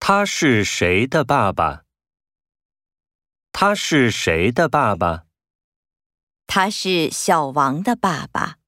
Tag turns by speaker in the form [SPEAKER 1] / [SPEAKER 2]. [SPEAKER 1] 他是谁的爸爸？他是谁的爸爸？
[SPEAKER 2] 他是小王的爸爸。